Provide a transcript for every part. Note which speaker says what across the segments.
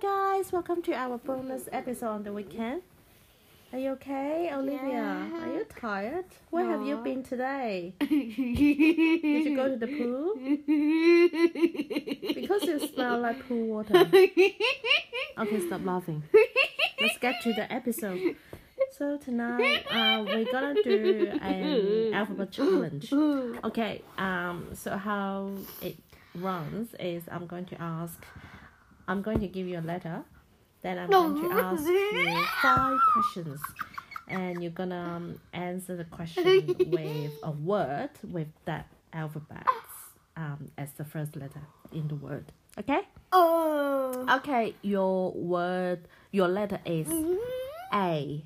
Speaker 1: guys, welcome to our bonus episode on the weekend. Are you okay, Olivia?
Speaker 2: Yeah.
Speaker 1: Are you tired? Where have you
Speaker 2: No.
Speaker 1: been today?
Speaker 2: Did
Speaker 1: Did you go to the pool? Because you smell like pool water.
Speaker 2: okay.
Speaker 1: Okay, stop laughing. Let's get to the episode. So tonight, uh, we're gonna do an alphabet challenge. Okay, um, so how it runs is I'm going to ask, I'm going to give you a letter, then I'm going to ask you five questions, and you're gonna um, answer the question with a word with that alphabet um, as the first letter in the word. Okay?
Speaker 2: Oh.
Speaker 1: Okay, your word, your letter is A.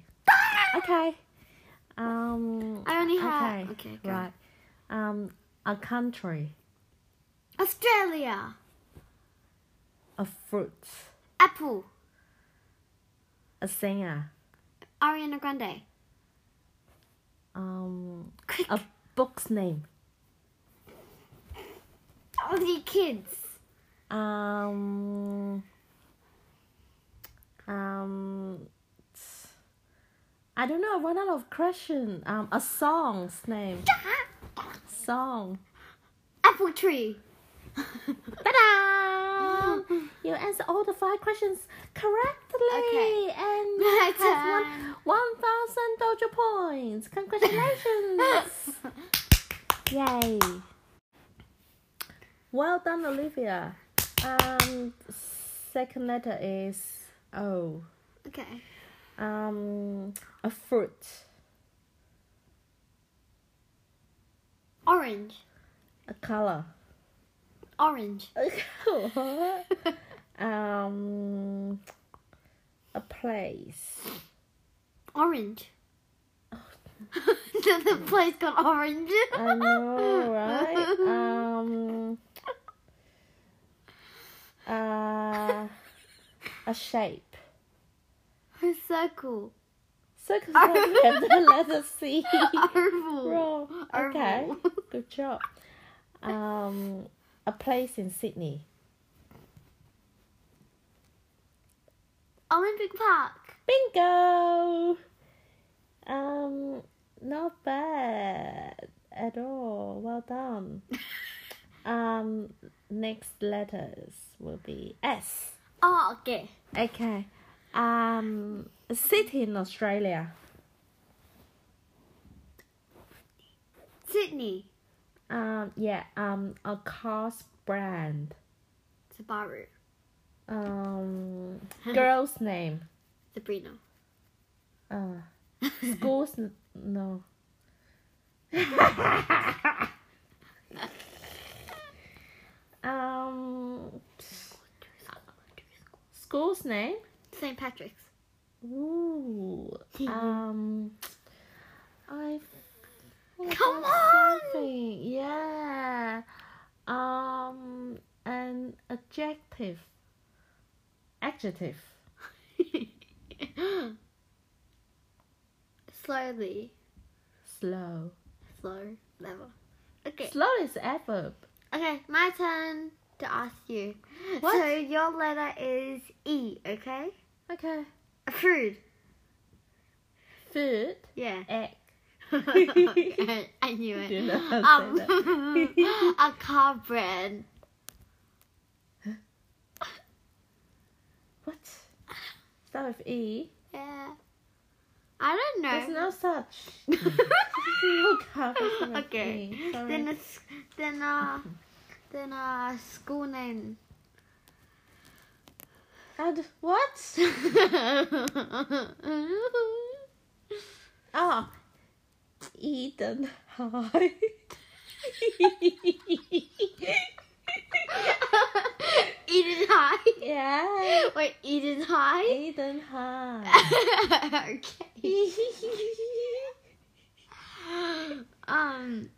Speaker 1: Okay. Um,
Speaker 2: Ah! I only
Speaker 1: okay,
Speaker 2: have. Okay. go.
Speaker 1: right. Um, a country.
Speaker 2: Australia.
Speaker 1: a fruit,
Speaker 2: Apple.
Speaker 1: a singer,
Speaker 2: Ariana Grande.
Speaker 1: um,
Speaker 2: Quick.
Speaker 1: a book's name,
Speaker 2: Aussie kids.
Speaker 1: um, um, I don't know. I run out of question. Um, a song's name. Song.
Speaker 2: Apple tree.
Speaker 1: Ta-da! You answer all the five questions correctly,
Speaker 2: Okay.
Speaker 1: and
Speaker 2: My
Speaker 1: you have one
Speaker 2: turn.
Speaker 1: one thousand dojo points. Congratulations! Yay! Well done, Olivia. Um, second letter is O.
Speaker 2: okay.
Speaker 1: Um, a fruit,
Speaker 2: Orange.
Speaker 1: a color.
Speaker 2: Orange.
Speaker 1: um, a place.
Speaker 2: Orange. the, the place got orange.
Speaker 1: I know, right? Um, uh, a shape.
Speaker 2: A circle.
Speaker 1: Circle the letter C.
Speaker 2: Oval.
Speaker 1: Roll. Okay,
Speaker 2: Oval.
Speaker 1: good job. Um, a place in Sydney.
Speaker 2: Olympic Park.
Speaker 1: Bingo. Um, not bad at all. Well done. Um, next letters will be S.
Speaker 2: Oh, okay.
Speaker 1: Okay. Um, a city in Australia.
Speaker 2: Sydney.
Speaker 1: Um, yeah. Um, a car's brand.
Speaker 2: Subaru.
Speaker 1: Um, girl's name.
Speaker 2: Sabrina.
Speaker 1: Uh, school's n- no. um, school's name.
Speaker 2: St. Patrick's.
Speaker 1: Ooh. Um, I
Speaker 2: Come on!
Speaker 1: something. Yeah. Um, an adjective. Adjective.
Speaker 2: Slowly.
Speaker 1: Slow.
Speaker 2: Slow. Level. Okay.
Speaker 1: Slow is adverb.
Speaker 2: Okay, my turn to ask you.
Speaker 1: What?
Speaker 2: So your letter is E, okay?
Speaker 1: Okay.
Speaker 2: Food.
Speaker 1: Food.
Speaker 2: Yeah.
Speaker 1: Egg.
Speaker 2: I, I knew
Speaker 1: Do
Speaker 2: it.
Speaker 1: not say
Speaker 2: Um, a car brand.
Speaker 1: What? Start with E.
Speaker 2: Yeah. I don't
Speaker 1: There's
Speaker 2: know.
Speaker 1: no such. Look up, it's not with
Speaker 2: okay.
Speaker 1: E. Sorry.
Speaker 2: Then a s then a then a school name.
Speaker 1: And what? Oh, Eden High.
Speaker 2: Eden High.
Speaker 1: yeah,
Speaker 2: Wait, Eden High.
Speaker 1: Eden High.
Speaker 2: okay. Um,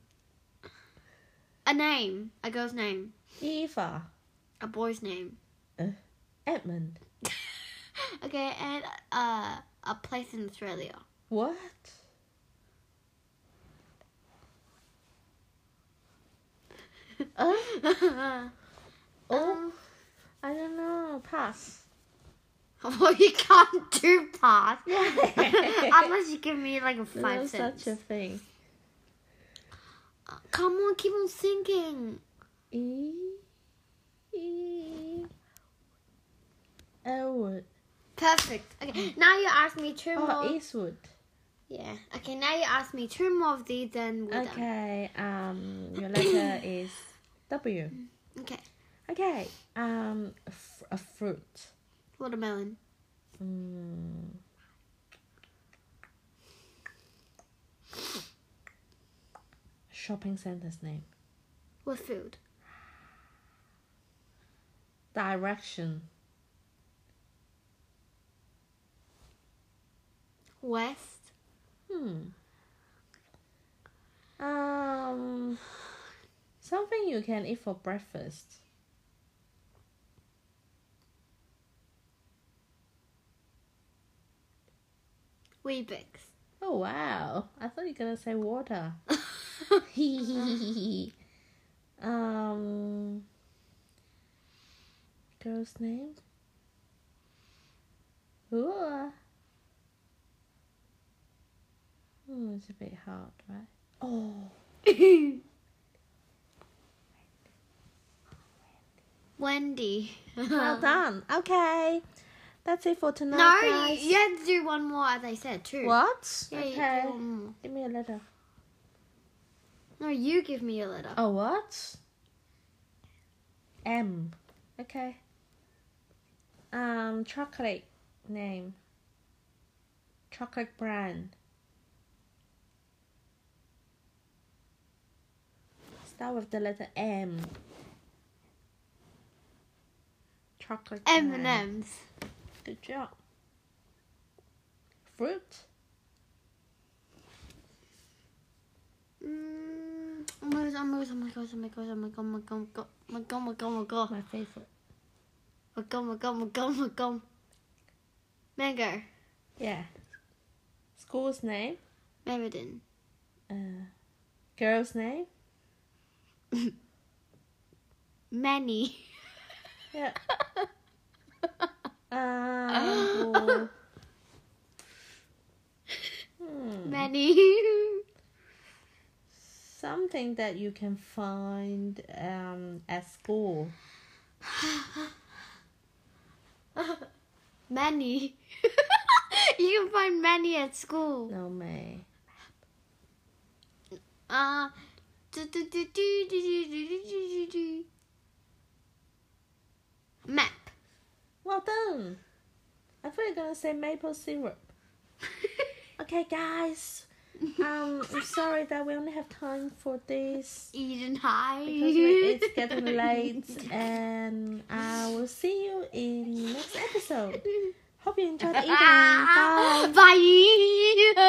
Speaker 2: a name, a girl's name,
Speaker 1: Eva,
Speaker 2: a boy's name.
Speaker 1: Edmund.
Speaker 2: Okay, and uh, a place in Australia.
Speaker 1: What? Uh,
Speaker 2: Uh, Uh? Uh-huh.
Speaker 1: oh, I don't know. Pass.
Speaker 2: Well, you can't do past. Unless you give me like a five
Speaker 1: no
Speaker 2: cents.
Speaker 1: such a thing.
Speaker 2: Uh, Come on, keep on singing.
Speaker 1: E E Elwood.
Speaker 2: Perfect. Okay, now you ask me two
Speaker 1: Oh,
Speaker 2: more.
Speaker 1: Eastwood.
Speaker 2: Yeah. Okay, now you ask me two more of these, then we're done.
Speaker 1: Okay. Um, your letter is W.
Speaker 2: Okay.
Speaker 1: Okay. Um, a fr- a fruit.
Speaker 2: Watermelon.
Speaker 1: Mm. Shopping center's name.
Speaker 2: With food.
Speaker 1: Direction.
Speaker 2: West.
Speaker 1: Hmm. Um, something you can eat for breakfast.
Speaker 2: Weebix.
Speaker 1: Oh wow! I thought you were gonna say water. um, girl's name. Ooh. Hmm, it's a bit hard, right? Oh,
Speaker 2: Wendy.
Speaker 1: well done. Okay, that's it for tonight.
Speaker 2: No,
Speaker 1: guys.
Speaker 2: you, you have to do one more, as I said, too.
Speaker 1: What?
Speaker 2: Yeah,
Speaker 1: okay.
Speaker 2: you do one more.
Speaker 1: Give me a letter.
Speaker 2: No, you give me a letter.
Speaker 1: Oh, what? M. Okay. Um, chocolate name. Chocolate brand. Start with the letter M. Chocolate
Speaker 2: M and
Speaker 1: brand.
Speaker 2: M's.
Speaker 1: Good job. Fruit.
Speaker 2: Mm, Oh my gosh, oh my gosh, oh my gosh, oh my gosh, oh my god, oh my god, oh my god, oh my god, oh my god,
Speaker 1: My favorite.
Speaker 2: oh my god, oh my god, oh my god, oh my god. Mango,
Speaker 1: Yeah. School's name.
Speaker 2: Meriden,
Speaker 1: Uh, girl's name.
Speaker 2: Manny,
Speaker 1: Yeah. Um, well, hmm,
Speaker 2: Manny,
Speaker 1: something that you can find um, at school.
Speaker 2: Manny. You can find Manny at school.
Speaker 1: No, May.
Speaker 2: Uh, do, do, do, do, do, do, do, do, do, do, do. Map.
Speaker 1: Well done. I thought you were gonna say maple syrup. Okay, guys. Um, I'm sorry that we only have time for this
Speaker 2: Eden High.
Speaker 1: because we- it's getting late, and I will see you in next episode. Hope you enjoyed eating. Bye.
Speaker 2: Ah, Bye.